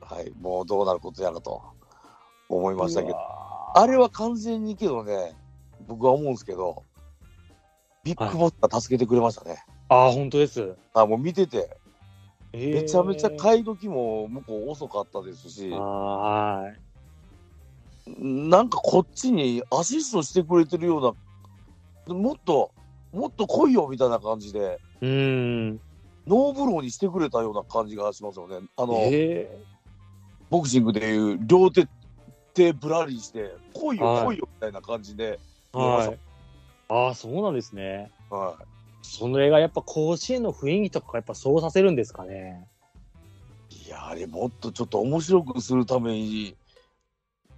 はい、もうどうなることやらと思いましたけうど、わーあれは完全にけどね、僕は思うんですけど、ビッグボスが助けてくれましたね。あー本当です。あもう見てて、めちゃめちゃい買い時も向こう遅かったですし、はい。なんかこっちにアシストしてくれてるような、もっと、もっと来いよみたいな感じで、うーん。ノーブローにしてくれたような感じがしますよね。あの、えボクシングでいう両手手ぶらりして、来いよはい来いよみたいな感じで、ー、はい。ああ、そうなんですね。はそれがやっぱ甲子園の雰囲気とかやっぱそうさせるんですかね。い、いや、あれもっとちょっと面白くするために、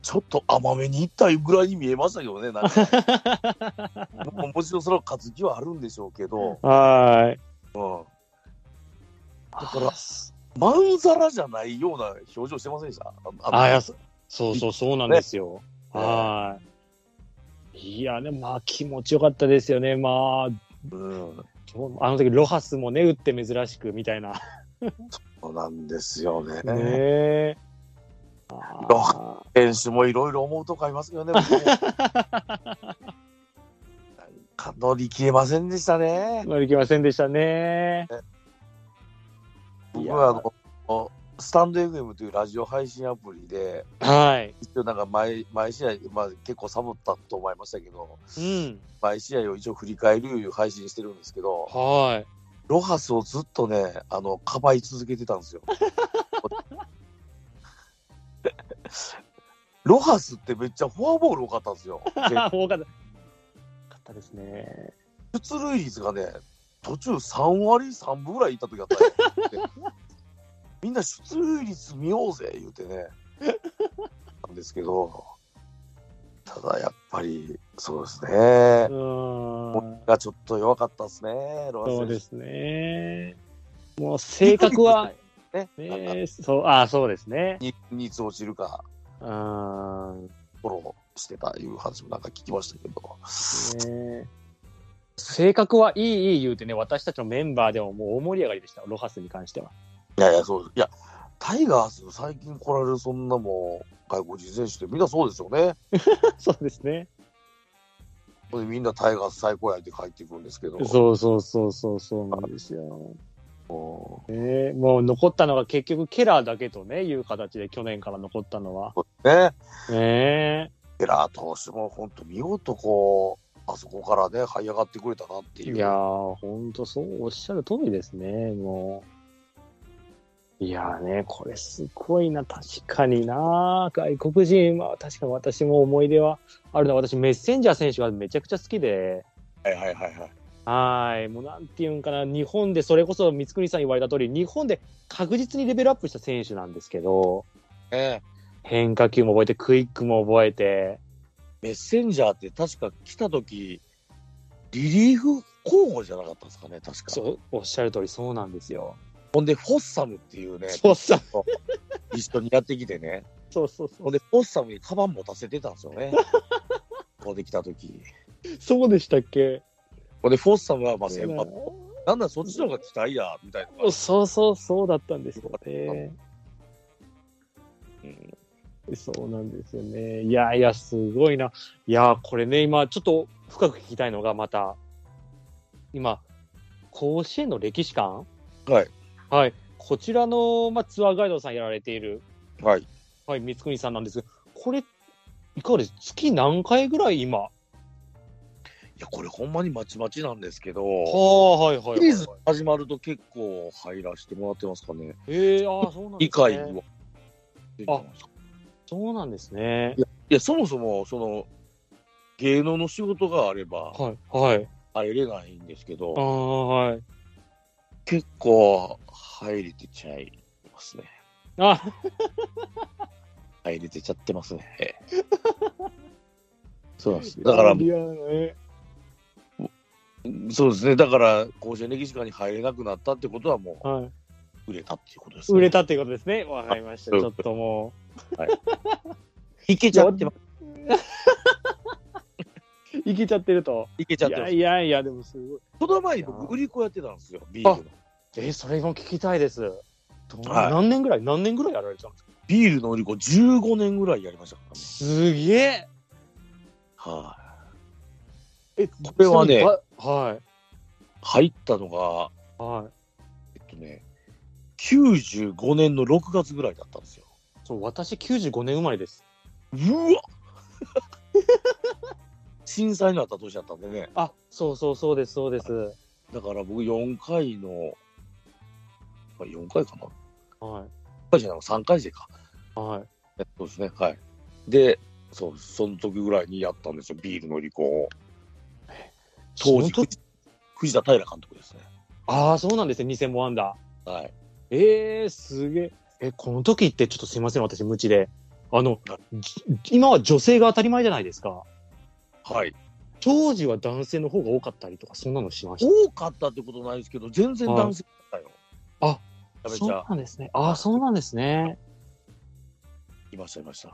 ちょっと甘めにいったぐらいに見えましたけどね、なんか もうもちろんそれは勝つ気はあるんでしょうけど、はい。うん、だからまんざらじゃないような表情してませんでしたあのあいやそそうそうそうなんですよ。ねはい。いや、でもまあ気持ちよかったですよね。まあ、うんあの時ロハスもね、打って珍しくみたいな。ねそうなんですよね。 え。ロ選手もいろいろ思うとこありますけどね。僕もなんか乗り切れませんでしたね。 乗り切れませんでしたね。い僕やはあのスタンド FM というラジオ配信アプリで、はい。一応なんか毎毎試合、まあ、結構サボったと思いましたけど、うん。毎試合を一応振り返るいう配信してるんですけど、はい。ロハスをずっとね、あの、かばい続けてたんですよ。ロハスってめっちゃフォアボール多かったんですよ。で あ、多かった。かったですね。出塁率がね、途中3割3分ぐらいいった時あったよで みんな出塁率見ようぜ言うてね、なんですけど、ただやっぱりそうですねう、ーん。がちょっと弱かったですね、ロハスそ選う手ですね。もう性格は、ね、なんかね、そう、あそうですね。に率落ちるか、うーん。フォローしてたいう話もなんか聞きましたけど、ね性格はいいいい言うてね、私たちのメンバーでももう大盛り上がりでした、ロハスに関しては。いやいや、そうです。いや、タイガース、最近来られるそんなもん、外国人選手ってみんなそうですよね。 そうですね。ほんでみんなタイガース最高やって帰ってくるんですけど、そうそうそうそうそうなんですよ。もねもう残ったのが結局ケラーだけとね、いう形で去年から残ったのは。うね、ねエラー投手も本当、見事こう、あそこからね、這い上がってくれたなっていう。いやー、ほんとそうおっしゃる通りですね、もう。いやーね、これすごいな、確かにな。外国人は確かに私も思い出はあるな。私、メッセンジャー選手がめちゃくちゃ好きで。はいはいはいはい。はい、もうなんていうんかな、日本でそれこそ光國さん言われた通り、日本で確実にレベルアップした選手なんですけど、ね変化球も覚えて、クイックも覚えて、メッセンジャーって確か来た時リリーフ候補じゃなかったですかね、確か。そうおっしゃる通りそうなんですよ。ほんで、フォッサムっていうね、そうそう一緒にやってきてね、そうそうそほうんで、フォッサムにカバン持たせてたんですよね、 ここで来た時そうでしたっけほんで、フォッサムはまあ先発、なんだそっちの方が期待や、みたいな。そうそうそうだったんですよね。そうなんですよね。いやいや、すごいな。いや、これね、今、ちょっと深く聞きたいのが、また、今、甲子園の歴史館はい。はい。こちらの、まあ、ツアーガイドさんやられている、はい。はい、光国さんなんですが、これ、いかがです月何回ぐらい今いや、これほんまにまちまちなんですけど、はいはいはい、シリーズ始まると結構入らせてもらってますかね。ええああ、そうなんで理すね。解は。あそうなんですね。いや、そもそも、その、芸能の仕事があればはい、はい。入れないんですけあど、あ、はい。結構入れてちゃいますね。あ入れてちゃってますね。え えそうなんです。だから、いやねそうですね。だから、甲子園歴史館に入れなくなったってことはもはう、売れたっていうことです、い、売れ。たっていうことですね。わかりました。あちょっとも いけちゃ ってます。う、いけちゃってると。いけちいゃってまやす。いやいや、でもすごい。この前にいやー僕、売り子やってたんですよ、ビールの。えそれも聞きたいです。どうはい何年ぐらい何年ぐらいやられちゃうんですかビールの売り子15年ぐらいやりましたからね。すげえはい、え、これはねは入ったのが、い。はい。えっとね、95年の6月ぐらいだったんですよ。そう、私95年生まれです。うわ 震災のあった年だったんでね、あ、そうそうそうです、そうです。はい。だから僕4回の、まあ4回かな ?4 回じゃない3回生か。はい。えそうですね、はい。で、そう、その時ぐらいにやったんですよ、ビールの離婚を。当時、その藤藤田平監督ですね。ああ、そうなんですね、2000本アンダー。はい。えー、すげえ。え、この時ってちょっとすいません、私無知で。あの、じ今は女性が当たり前じゃないですか。はい。当時は男性の方が多かったりとか、そんなのしました。多かったってことないですけど、全然男性だったよ。あやめちそうゃなんですね。ああ、そうなんですね。いました、いました。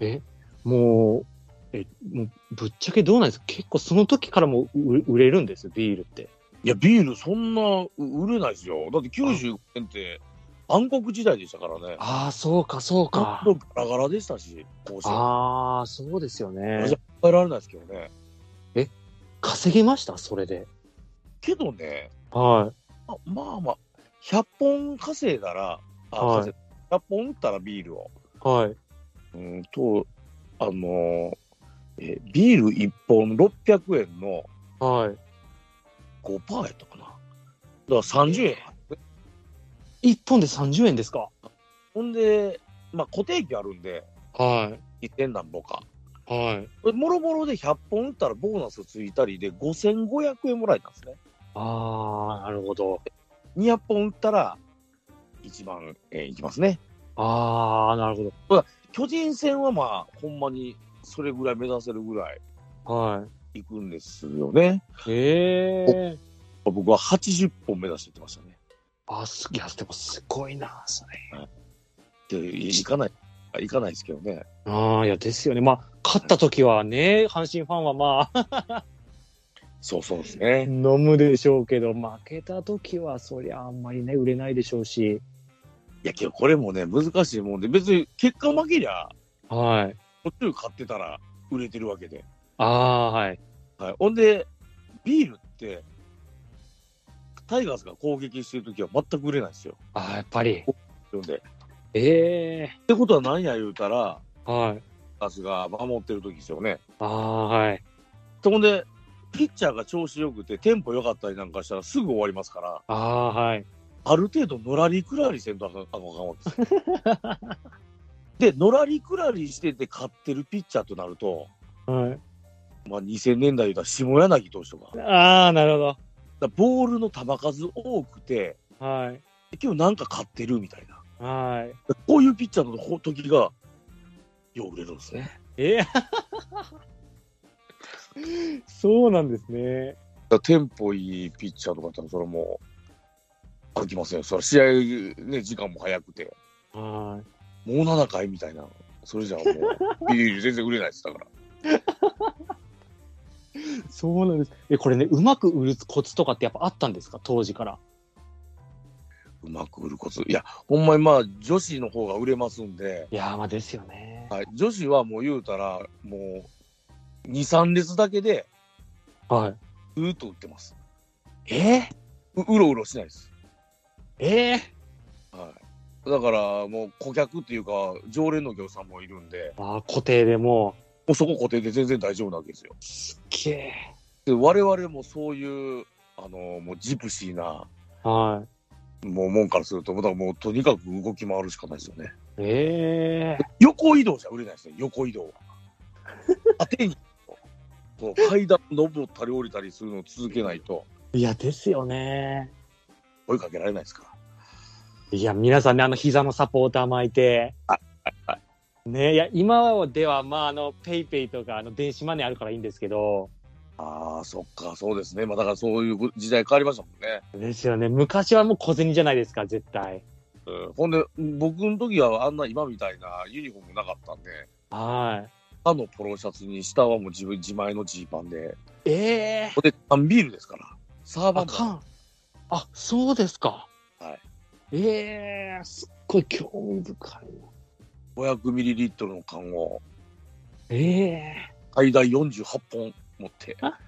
え、もう、え、もうぶっちゃけどうなんですか結構その時からもう売売れるんですよ、ビールって。いや、ビールそんなう売れないですよ。だって95年って暗黒時代でしたからね。ああ、そうか、そうか。本当ガラガラでしたし、甲子園。ああ、そうですよマジねで。考えられないですけどね。稼げましたそれで。けどね、はあまあまあ、100本稼いだら、あはい稼い100本打ったらビールを。い。はい。うんと、あのーえービール1本600円のはい。 5%やったかな。だから30円。 1本で30円ですかほんで、まあ固定費あるんで、は1んなんぼか。い。はい。これもろもろで100本打ったらボーナスついたりで5500円もらえたんですね。ああ、なるほど。 200本打ったら1万円いきますね。ああ、なるほ巨人戦はまあ、ほんまにそれぐらい目指せるぐらいど。はいくんですよね。い。へえ。僕は80本目指していってましたね。あ、す、いや、でもすごいな、それ。でいいかない、あいかないですけどね。ああ、いや、ですよね。まあ、勝った時はね、阪神ファンはまあ、そうそうですね。飲むでしょうけど、負けた時は、そりゃあんまりね、売れないでしょうし。いや、けどこれもね、難しいもんで、別に結果負けりゃ、はい。途中買ってたら売れてるわけで。ああ、はい。はい、ほんで、ビールって、タイガースが攻撃してるときは全く売れないんですよ。ああ、やっぱり。なんで。っええ。てことは何や言うたら、はい。タイガースが守ってるときですよね。ああ、はい。ほんで、ピッチャーが調子良くて、テンポ良かったりなんかしたらすぐ終わりますから、ああ、はい。ある程度、のらりくらりせんとあかんあかんわけですよで、のらりくらりしてて勝ってるピッチャーとなると、はまあ、2000年代言うたら下柳投手とか、だい。かああ、なるほど。らボールの球数多くて、はい。今日なんか勝ってるみたいな。はい。こういうピッチャーのほ時が、よう売れるんですね。ええ。 そうなんですね。テンポいいピッチャーとかだったら、それもう、飽きませんよ。それ試合、ね、時間も早くて、はもう7回みたいな、それじゃもう、ビール全然売れないです、だから。い。そうなんです。え、これね、うまく売るコツとかってやっぱあったんですか当時から。うまく売るコツ。いや、ほんまにまあ、女子の方が売れますんで、いやー、まあですよね。はい、女子はもう言うたら、もう、2、3列だけで、はうーっと売ってます。い。えううろうろしないです。ええはい。だから、もう顧客っていうか、常連の業者もいるんで、ああ、固定でももうそこ固定で全然大丈夫なわけですよ。う、けえ。で我々もそういうあのもうジプシーなはい。もうもんからするともうだからもうとにかく動き回るしかないですよね。ええ横移動じゃ売れないですね横移動は。当てにこう階段登ったり降りたりするのを続けないといや、ですよね。追いかけられないですから。いや、皆さんね、あの、膝のサポーター巻いて。ねいや、今はでは、まあ、あの、ペイペイとか、あの、電子マネーあるからいいんですけど。ああそっかそうですねまあだからそういう時代変わりましたもんね。ですよね。昔はもう小銭じゃないですか、絶対。うん、ほんで僕の時はあんな今みたいなユニフォームなかったんでは歯のポロシャツに下はもう自分自前のジーパンでい。ええこれ缶ビールですからサーバあーかん。あ、そうですか。はい。ええすっごい興味深いな。 500ミリリットルの缶をええ最大48本持ってあ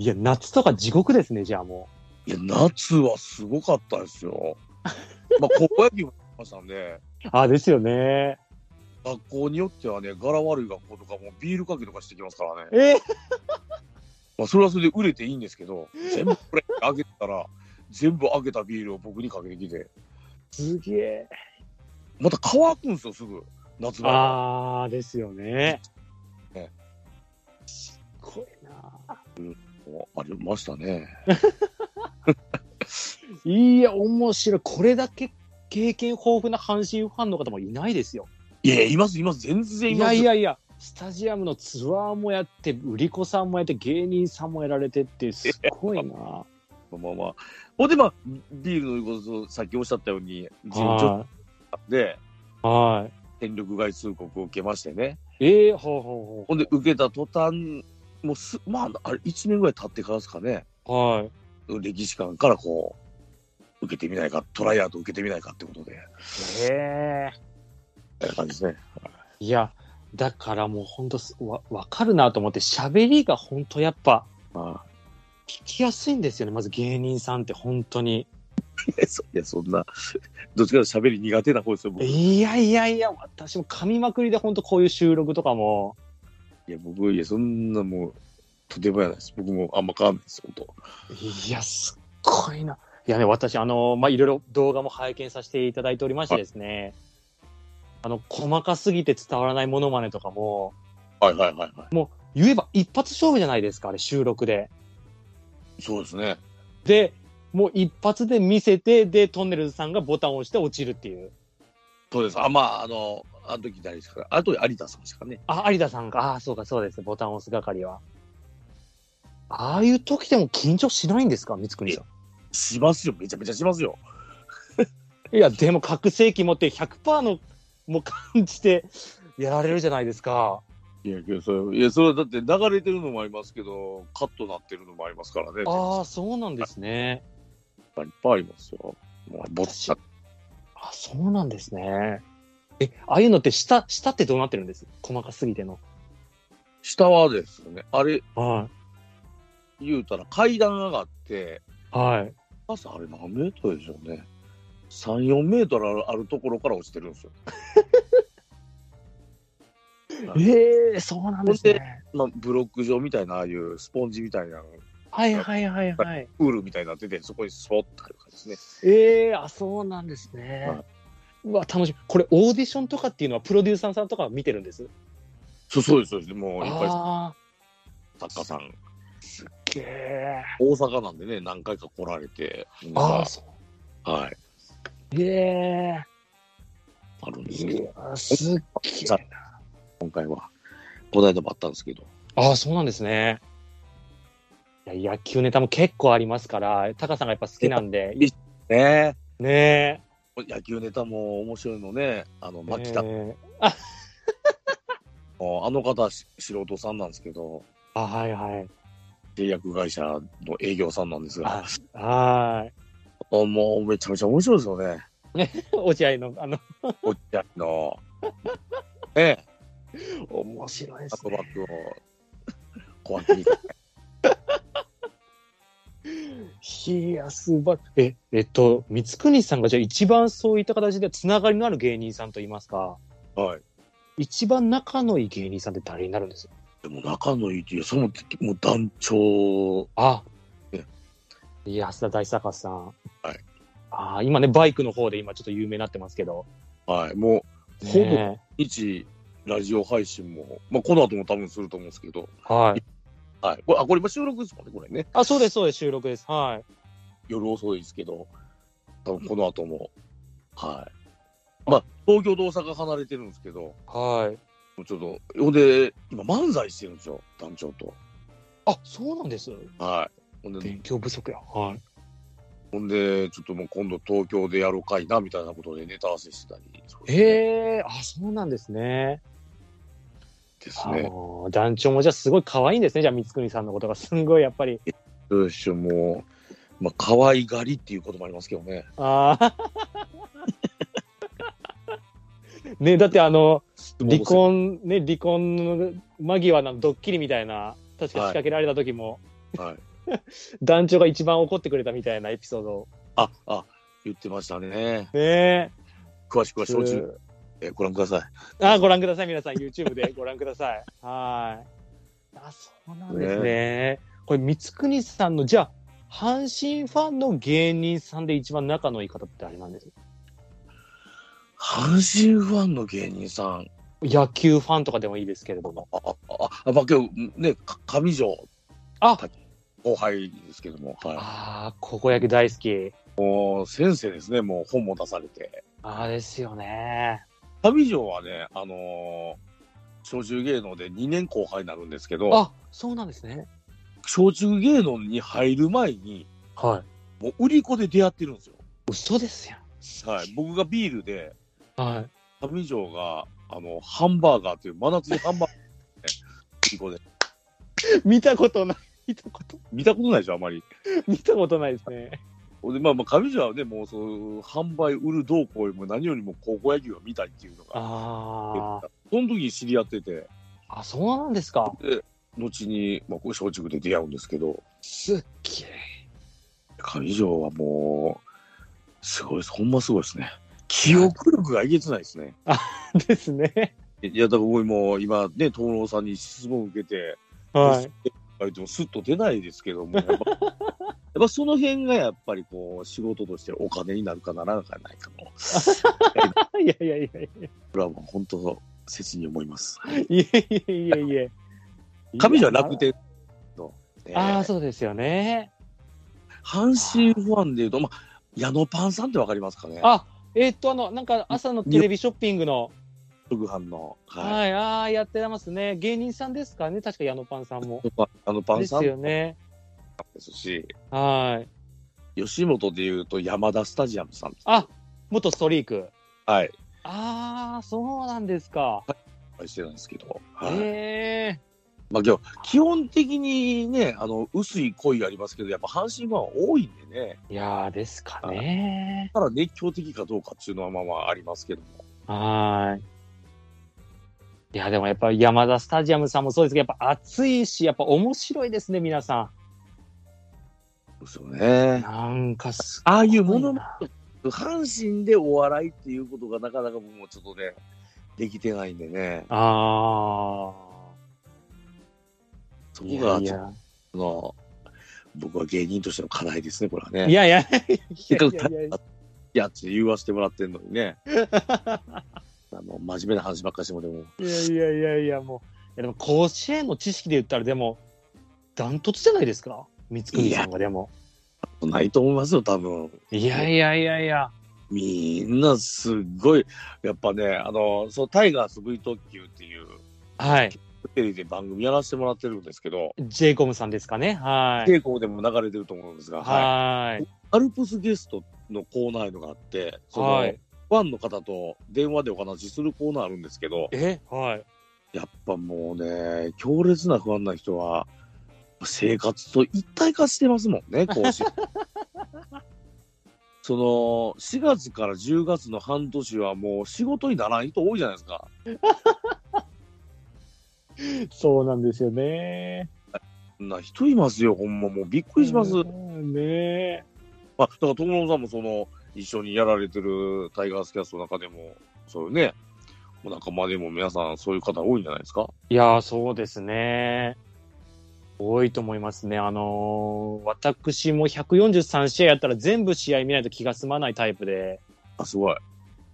いや、夏とか地獄ですね、じゃあも いや夏はすごかったですよ。 まあ高校野球もやってましたんでう。あ、ですよね。学校によってはね柄悪い学校とかもビールかけとかしてきますからね、ええまあ、それはそれで売れていいんですけど全部これあげたら全部あげたビールを僕にかけてきてすげえ。また乾くんですよすぐ夏場はああ、ですよね。ねすごいな。もうありましたね。いや、面白い。これだけ経験豊富な阪神ファンの方もいないですよ。いやいやいますいます全然いいまやすいやいや、スタジアムのツアーもやって、売り子さんもやって、芸人さんもやられてって、す ごいな。まあまあ。ほんで、まあ、ビールのこと、さっきおっしゃったように、事務所はで、い。はい戦力外通告を受けましてね。ええほうほうほんで、受けた途端、もうす、まあ、あれ、1年ぐらい経ってからですかね。ほう。はい。歴史館からこう、受けてみないか、トライアウト受けてみないかってことで、ええみたいな感じですね。いや、だからもう本当すわ、わかるなと思って、喋りが本当やっぱ、まあ、 聞きやすいんですよね。まず芸人さんって本当に。いや、そいやそんな、どっちかというと喋り苦手な方ですよ、僕。いいやいやいや、私も噛みまくりで本当こういう収録とかも。や、僕、いや、そんなもう、とてもやないです。僕もあんま変わんないです、本当。いや、すっごいな。いやね、私、あの、まあ、いろいろ動画も拝見させていただいておりましてですね、あの、細かすぎて伝わらないモノマネとかも、はいはいはいは言えば一発勝負じゃないですか、あれ、収録で。い。そうですね。で、もう一発で見せて、で、トンネルズさんがボタンを押して落ちるっていう。そうです。あ、まあ、あの、あの時誰ですかあと有田さんですかね。あ、有田さんか。ああ、そうか、そうです。ボタンを押す係は。ああいう時でも緊張しないんですか、光圀さしますよ。めちゃめちゃしますよ。ん。いや、でも、覚醒器持って100%の、もう感じて、やられるじゃないですか。いや、けどそれ、いや、それはだって流れてるのもありますけど、カットなってるのもありますからね。ああ、そうなんですね。あ。いっぱいありますよ。もう、ぼった。あそうなんですね。え、ああいうのって下、下ってどうなってるんです細かすぎての。下はですね、あれ、は言うたら階段上がって、い。はい。朝あれ何メートルでしょうね。3、4メートルあるあるところから落ちてるんですよ。ええそうなんですね。まあ、ブロック状みたいな、ああいうスポンジみたいな、はいはいはいはい。プールみたいになってて、そこにスポッとある感じですね。ええあ、そうなんですね。はいうわ、楽しみ。これ、オーディションとかっていうのは、プロデューサーさんとかは見てるんです。そうそうです、そうです。もう、いっぱいああ、作家さんげえ。大阪なんでね、何回か来られて、ああ、そはい、う。ええあるんですけいど、や、すっげえな。今回は、この間もあったんですけど、ああ、そうなんですね。いや、野球ネタも結構ありますから、タカさんがやっぱ好きなんで、いねねえ、野球ネタも面白いのね、あの、え。牧田、ええあの方、し素人さんなんですけど、あ、はいはい。製薬会社の営業さんなんですが、 はあもうめちゃめちゃ面白いですよね、い。落合の、あの、おっちゃんの。 ねえ、面白いであすとねバ。ッグを、小脇 に。いや、すばえ、えっと、光圀さんがじゃあ一番そういった形でつながりのある芸人さんといいますか、はい。一番仲のいい芸人さんって誰になるんですでも仲のいいっていう、その、もう団長、あえ。いや、安田大坂さん。はいああ、今ね、バイクの方で今ちょっと有名になってますけど。はい、もう、ほぼね日ラジオ配信も、まあ、この後も多分すると思うんですけど、えはい。はい、これあこれ今収録ですもんね、これね、あ、そうです、そうです、収録です。はい。夜遅いですけど、多分この後も、はい。まあ、東京と大阪離れてるんですけど、もはい。うちょっと、ほんで、今、漫才してるんですよ、団長と。あ、そうなんです。はい。ほんで、勉強不足や。はい。ほんでちょっともう今度、東京でやろうかいなみたいなことでネタ合わせしてたり、えへえ、あ、そうなんですね。ですね。ああ団長もじゃあすごい可愛いんですね。じゃあ、光圀さんのことがすんごいやっぱり。どうしよう、もう、まあ、可愛がりっていうこともありますけどね。ああ。ねだってあの、離婚、ね、離婚の間際のドッキリみたいな、確か仕掛けられた時も、はい。団長が一番怒ってくれたみたいなエピソード。あ、あ、言ってましたね。ね詳しくはえ。承知でご覧ください。あ、ご覧ください、皆さん。YouTube でご覧ください。はい。あ、そうなんですね。これ、光国さんの、じゃあ、阪神ファンの芸人さんで一番仲のいい方ってあれなんです阪神ファンの芸人さん。野球ファンとかでもいいですけれども。あ、あ、ああ、まあ、今日ね、か上条あ後輩ですけども、はああ、高校野球大好き。い。もう先生ですね、もう本も出されて。ああ、ですよね。上条はね、あのー、小中芸能で2年後輩になるんですけど、あ、そうなんですね。小中芸能に入る前に、はもう売り子で出会ってるんですよ。い。嘘ですよ。はい、僕がビールで、はい。上条があのハンバーガーという真夏にハンバーガー、ね、売り子で見たことない。見たこと、見たことないでしょ、あまり。見たことないですね。ほんで、まあ、まあ上条はね、もうその販売、売るどうこうよりも何よりも高校野球が見たいっていうのが、あその時に知り合ってて、あ。あ、そうなんですか。後に、まあ、これ松竹で出会うんですけど、すっげえ。上条はもう、すごいです、ほんますごいですね。記憶力がえげつないですね。ですね。いや、だから僕も今ね、東郎さんに質問を受けて、はい。割とスッと出ないですけども、やっぱ やっぱその辺がやっぱりこう、仕事としてお金になるかならないか の、いやいやいやいこれはもう本当、切に思います。やいやいやいやいや。上条は楽天の、ねああ、そうですよね。阪神ファンでいうと、まあ、矢野パンさんってわかりますかね、あ、えーっと、あの、なんか朝のテレビショッピングの、直販の。はいはい、ああ、やってますね。芸人さんですかね、確か矢野パンさんも。矢野パでンすさんよね。ですし、はい。吉本でいうと山田スタジアムさん。あ、元ストリーク。はい。ああ、そうなんですか。お会いしてるんですけど。はい。ええまあ今日、基本的にね、あの、薄い恋ありますけど、やっぱ阪神ファンは多いんでね、いやー、ですかね。ただ熱狂的かどうかっていうのはまあまあありますけども。はい。いや、でもやっぱ山田スタジアムさんもそうですけど、やっぱ熱いし、やっぱ面白いですね、皆さそうですよん。ね。なんかすああいうごもいの、な。阪神でお笑いっていうことがなかなか僕もちょっとね、できてないんでね、あそこあ。がいちょっやとの、僕は芸人としての課題ですね、これはいね。やいや、いせっやかいくやいやいやいやって言わせてもらってんのにね。あの真面目な話ばっかりしてもでもいやいやいやいや、もう。いやでも甲子園の知識で言ったら、でも、ダントツじゃないですか。光圀さんがでも。ないと思いますよ多分いやいやいやいや。みんなすっごいやっぱねあのそうタイガース V 特急っていうはい。テレビで番組やらせてもらってるんですけどジェイコムさんですかね。はい。稽古でも流れてると思うんですが、はいはい。アルプスゲストのコーナーいうのがあってその、はい。ファンの方と電話でお話しするコーナーあるんですけどえはい。やっぱもうね強烈な不安な人は生活と一体化してますもんね講 師その4月から10月の半年はもう仕事にならん人多いじゃないですかそうなんですよね。そんな人いますよほんまもうびっくりします、うんねまあ、だから友野さんもその一緒にやられてるタイガースキャストの中でもそういうねお仲間でも皆さんそういう方多いんじゃないですかいやー、そうですね。多いと思いますね。あのー私も143試合やったら全部試合見ないと気が済まないタイプで。あすごい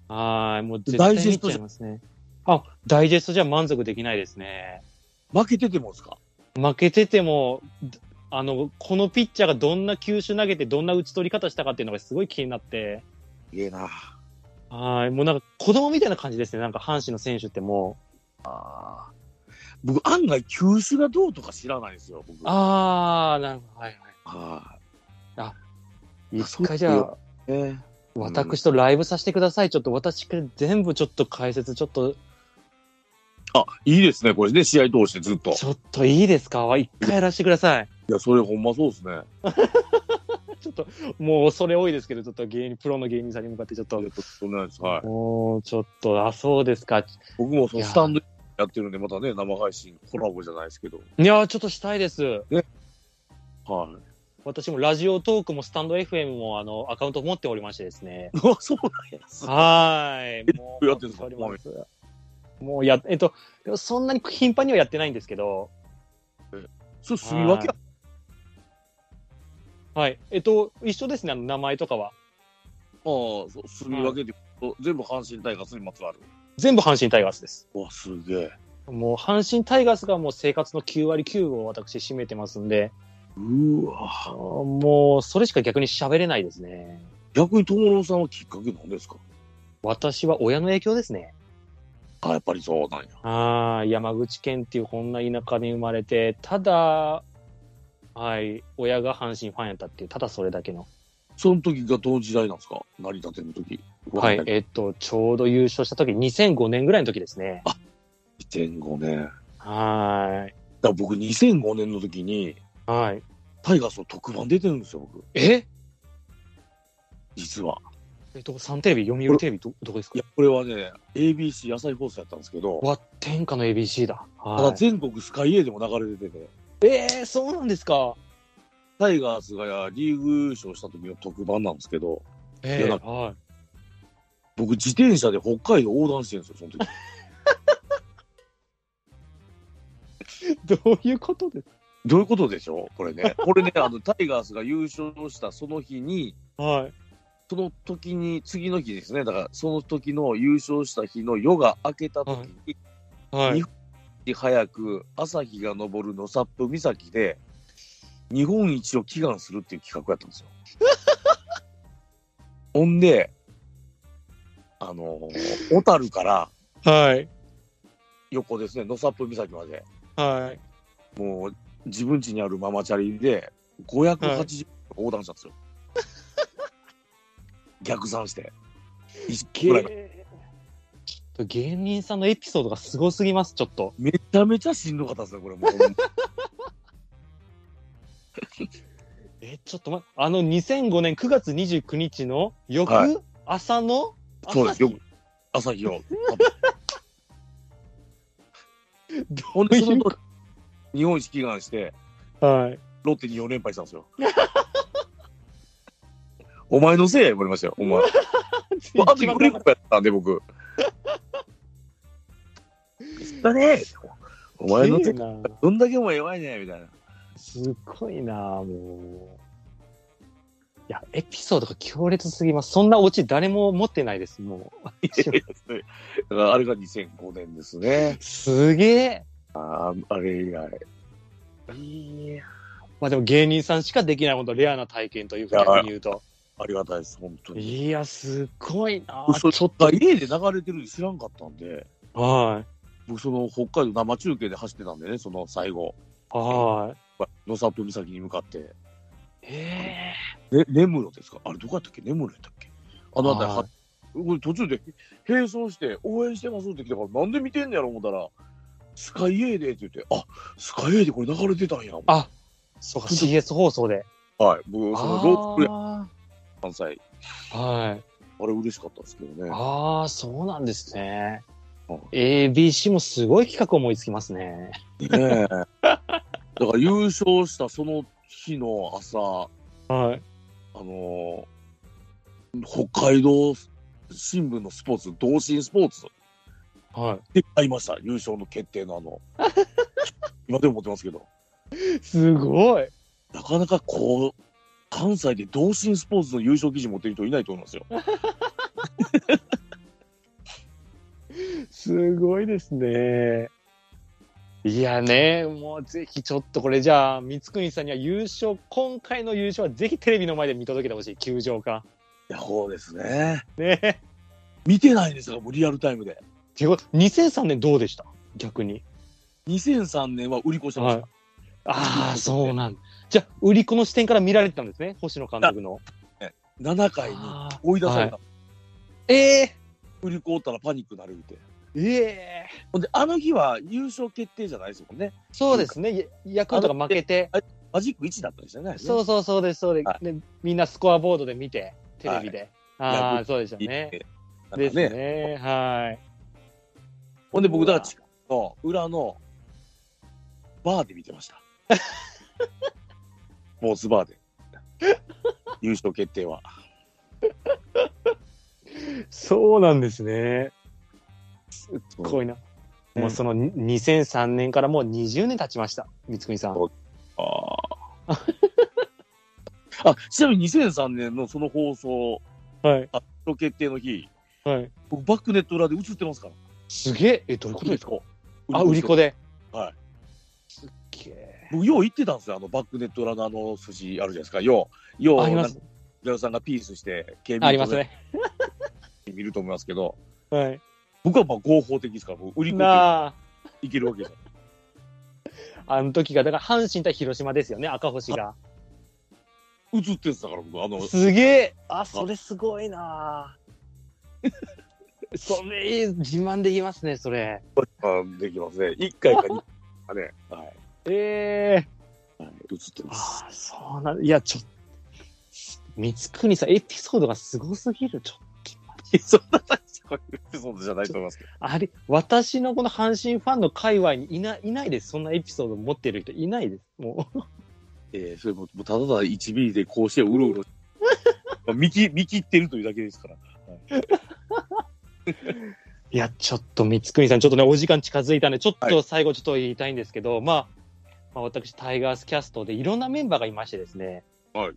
はい。もう絶ダ対イジェ見ストちゃじゃいますね。あ、ダイジェストじゃ満足できないですね。負けててもですか負けてても、あの、このピッチャーがどんな球種投げて、どんな打ち取り方したかっていうのがすごい気になって。いえなはい。もうなんか子供みたいな感じですね。なんか阪神の選手ってもあー僕案外球種がどうとか知らないんですよ僕う。あー、なるほど。はいはい。は一回じゃあ、い、ね私とライブさせてください。ちょっと私から全部ちょっと解説、ちょっと、あいいですねこれね試合通してずっとちょっといいですか一回やらせてください。いやそれほんまそうですねちょっと、 もうそれ多いですけど、ちょっと芸人、プロの芸人さんに向かってちょっといや、ととんでもないです。はい。もうちょっと、あ、そうですか。僕もそのいやスタンドやってるんで、またね、生配信、コラボじゃないですけど。いやー、ちょっとしたいです。は私もラジオトークもスタンド FM もあのアカウント持っておりましてですね。 い。あ、そうなんや。すはーい。もうやってるんですか持っておりますもうや、えっと、そんなに頻繁にはやってないんですけど、そう、すみ分けや。はい。えっと、一緒ですね、あの名前とかは。ああ、そう、すみ分けで、全部阪神タイガースにまつわる。全部阪神タイガースです。わ、すげえ。もう阪神タイガースがもう生活の9割9を私占めてますんで、うわあーもうそれしか逆に喋れないですね。逆に友郎さんはきっかけなんですか私は親の影響ですね。あ、やっぱりそうなんや。ああ、山口県っていうこんな田舎に生まれて、ただ、はい、親が阪神ファンやったっていう、ただそれだけの。その時がどの時代なんですか成り立ての時。はい、えっと、ちょうど優勝した時、2005年ぐらいの時ですね。 2005年。だかはーい。ら僕2005年の時に、はい。タイガースの特番出てるんですよ、僕。え実は。えっと、サンテレビ、読売テレビ、ど、どこですかいや、これはね、ABC 野菜放送やったんですけど、わ、天下の ABC だ。ただは全国スカイ A でも流れててね、い。えー、そうなんですか。タイガースがリーグ優勝した時の特番なんですけど、えいやー、はい。僕自転車で北海道横断してるんですよ、その時。どういうことですどういうことでしょうこれ ね。これね、あの、タイガースが優勝したその日に、かはい。その時に、次の日ですね、だからその時の優勝した日の夜が明けた時に、はい。早く朝日が昇る野サップ岬で、日本一を祈願するっていう企画やったん ですよ。ほんで、あの小樽からはい。横ですね、野サップ岬まで、はい。もう自分家にあるママチャリで580横断したんですよ。 逆算して。一芸ぐらいまで芸人さんのエピソードがすごすぎます、ちょっと。めちゃめちゃしんどかったですね、これもう。ほんまえ、ちょっと待って、あの2005年9月29日の翌、はい朝のそうです 朝日よ朝日を。どほんうで、そいうのこ時日本一祈願して、とはい。ロッテに4連敗したん ですよ。お前のせいや言われましたよ、お前。あと一番4連敗やったんで、 僕。だねお前のせすいげえなどんだけお前弱いねみたいな。すごいなもう。いや、エピソードが強烈すぎます。そんなオチ誰も持ってないです、も だからあれが2005年ですね。う。すげえ。あーあれ以来。まあでも芸人さんしかできないほどレアな体験というふうに逆に言うと。ありがたいです、本当に。いや、すごいな嘘ちょっあと。家で流れてるの知らんかったんで、はい。僕、その北海道生中継で走ってたんでね、その最後、はい。野サップ岬に向かって。えね、根室ですかあれどこやったっけ根室やったっけあの辺りはは俺途中で並走して応援してますって来たからなんで見てんのやろ思ったらスカイエーデーって言ってあスカイエーデーこれ流れてたんやあそうか、CS 放送で。はい僕そのロープレーあ関西ーはい。あれ嬉しかったですけどねああ、そうなんですねうん。 ABC もすごい企画思いつきますね。ねえだから優勝したその日の朝はい。あのー北海道新聞のスポーツ同心スポーツはで買いました優勝の決定のあの 今でも持ってますけどい。すごい。なかなかこう、関西で同心スポーツの優勝記事持ってる人いないと思いますよ。すごいですね。いやね、もうぜひちょっとこれじゃあ、光國さんには優勝、今回の優勝はぜひテレビの前で見届けてほしい、球場か。いや、そうですね。ね見てないんですよ、もうリアルタイムで。てこと2003年どうでした逆に。 2003年は売り越してました。はいああ、そうなんだ。じゃあ、売り子の視点から見られてたんですね、星野監督の。 7回にあー追い出された。ええ売り越ったらパニックになるって。ええほほんで、あの日は優勝決定じゃないですもんね。そうですね。ヤヤクルトが負けて。あマジック1だったんですよね。そうそうそうです、そうです、はで。みんなスコアボードで見て、テレビで。あラあ、グそうでしたいいね。なんかですねね。はい。ほんで僕、うわだから、の裏のバーで見てま した。モースバーで。優勝決定は。そうなんですね。すうんごいな。もうそのに2003年からもう20年経ちました、光國さん。そうあーあ、ちなみに2003年のその放送、はい。あの決定の日、はい。僕バックネット裏で映ってますから。すげえ。え、どういうことですかあ、売り子で。で。はい。すっげえ。僕、よう言ってたんですよ。あの、バックネット裏のあの筋あるじゃないですか。よう、よう、ありますなんか平尾さんがピースして、警あ備りますね。見ると思いますけど、はい。僕はまあ合法的ですから、僕売り子でなあ、いけるわけですよ。あの時が、だから阪神対広島ですよね、赤星が。映ってんすだから、僕、あの、すげえ。あ、それすごいな。 それいい、自慢できますね、それ。あできますね。1回か2回かね。はい。ええはい、映ってます。ああ、そうなんいや、ちょっと、光国さん、エピソードがすごすぎる。ちょっと、そんな大したエピソードじゃないと思いますけど。あれ、私のこの阪神ファンの界隈にいない、いないです。そんなエピソード持ってる人いないです。もう。えー、それも、もうただただ1ミリでこうしてうろうろ。 まあ見き見切ってるというだけですから。いや、ちょっと光国さん、ちょっとね、お時間近づいたんで、ちょっはと最後ちょっと言いたいんですけど、まあ、まあ、私、タイガースキャストでいろんなメンバーがいましてですね。はい。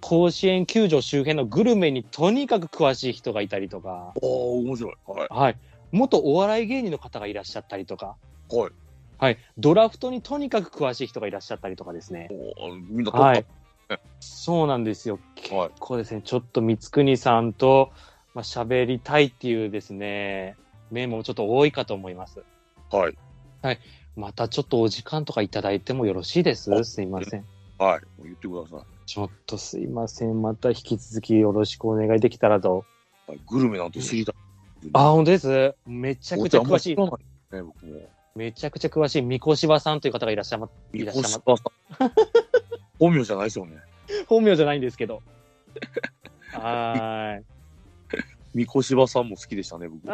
甲子園球場周辺のグルメにとにかく詳しい人がいたりとか、おお面白い。はい。はい。元お笑い芸人の方がいらっしゃったりとか、はい。はい、ドラフトにとにかく詳しい人がいらっしゃったりとかですね。おーみんな撮った。はい、そうなんですよ。結はい構ですね、ちょっと光国さんと、まあ、喋りたいっていうですね、面もちょっと多いかと思います。はい。またちょっとお時間とかいただいてもよろしいですあすいません。はい。もう言ってくださちょっとすいません。また引き続きよろしくお願いできたらと。い。はい、グルメなんて知りたい。あ、本当です。めちゃくちゃ詳しい僕あん、ま知らないね、僕も。めちゃくちゃ詳しい、三越場さんという方がいらっしゃいま、いらっしゃいま三越さん本名じゃないですよね。本名じゃないんです けど。はーい。三越場さんも好きでしたね、僕。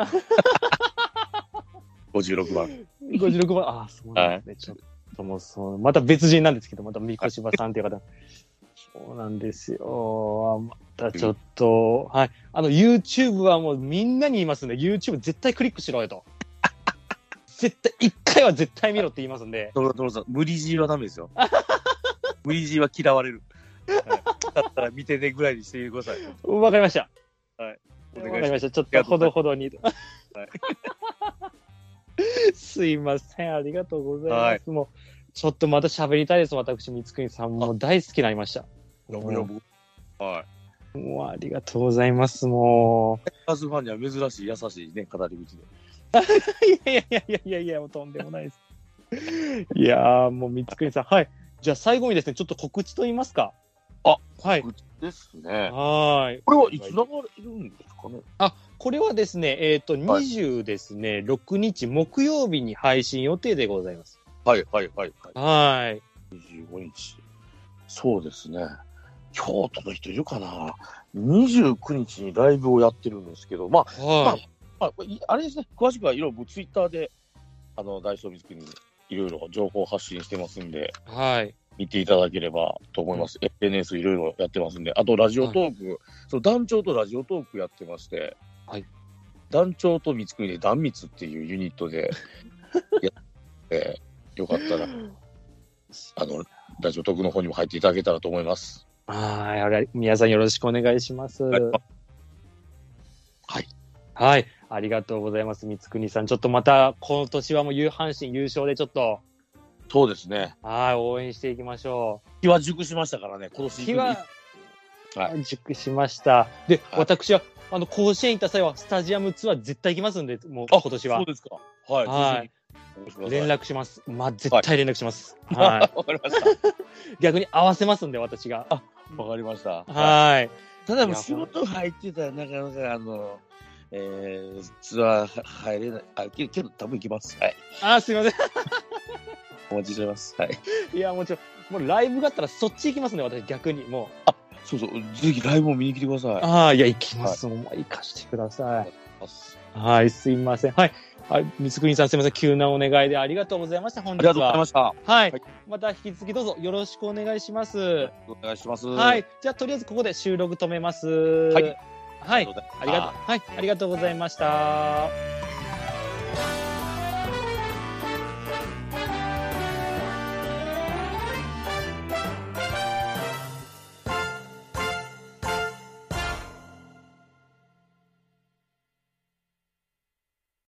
56番。 56番、ああ、そうなんですね。ちょっともうそう、また別人なんですけど、また三越場さんっていう方。そうなんですよ。またちょっと、はい。あの、YouTube はもうみんなに言いますんで、YouTube 絶対クリックしろよと。絶対、一回は絶対見ろって言いますんで。トロトロさん、無理強いはダメですよ。無理強いは嫌われる。はいだったら見てねぐらいにしてください。わかりました。おわか願りいしました。ちょっとほどほどに。 すいません。ありがとうございます。もう、ちょっとまた喋りたいです。私、三國さんも大好きになりました。ます。いや僕はい。もう、ありがとうございます。もカズファンには珍しい優しいね、語り口で。う。いやいやいやいやいや、もうとんでもないです。 いやー、もう三國さん。はい。じゃあ最後にですね、ちょっと告知と言いますか。あ、はい。ですね。はーい。これはいつ流れるんですかねこれはですね、えっ、と、はい20ですね、6日木曜日に配信予定でございます。はいはいはいはい。はい。 25日。そうですね。京都の人いるかな ?29 日にライブをやってるんですけど、まあ、はい。まあ、いあれですね、詳しくはいろいろツイッターで、あの、大正水区にいろいろ情報発信してますんで、はい。見ていただければと思います。SNS いろいろやってますんで、あとラジオトーク、その団長とラジオトークやってまして、はい団長と三つ国で団密っていうユニット でやって、よかったら、あの、ラジオトークの方にも入っていただけたらと思います。はい。あれ、皆さんよろしくお願いします。はいはい。はい。ありがとうございます、三國さん。ちょっとまた、今年はもう、阪神優勝でちょっと、そうですね。はい、応援していきましょ日は熟しましたからね、今う。年日は、は熟しました。で、はい私は、あの、甲子園行った際は、スタジアムツアー絶対行きますんで、もう、あ今年はそう。ですか。はい。はいぜひお願いし連ま絡します。まあ、絶対連絡します。はす。わかりまし い。逆に合わせますんで、私が。た。わかりました。はい。ただもいうや仕事入ってたらなかなかあの、えー、ツアー入れない。あ、けけど多分行きます。はい。あ、すいません。お待ちしてます。はい。いや、もちろん、もうライブがあったらそっち行きますね、私逆に。も。。そうそう、ぜひライブを見に来てくださいうああ、いや、行きます。もう行かしてください。はい、すいません。はい。あ、三國さんすいません。急なお願いでありがとうございました。本あ日りがは。とうございました。はい、はいまた引き続きどうぞよろしくお願いします。お願いします。はい、じゃあとりあえずここで収録止めます。はい、はい、あありがとう、はい、ありがとうございました。う。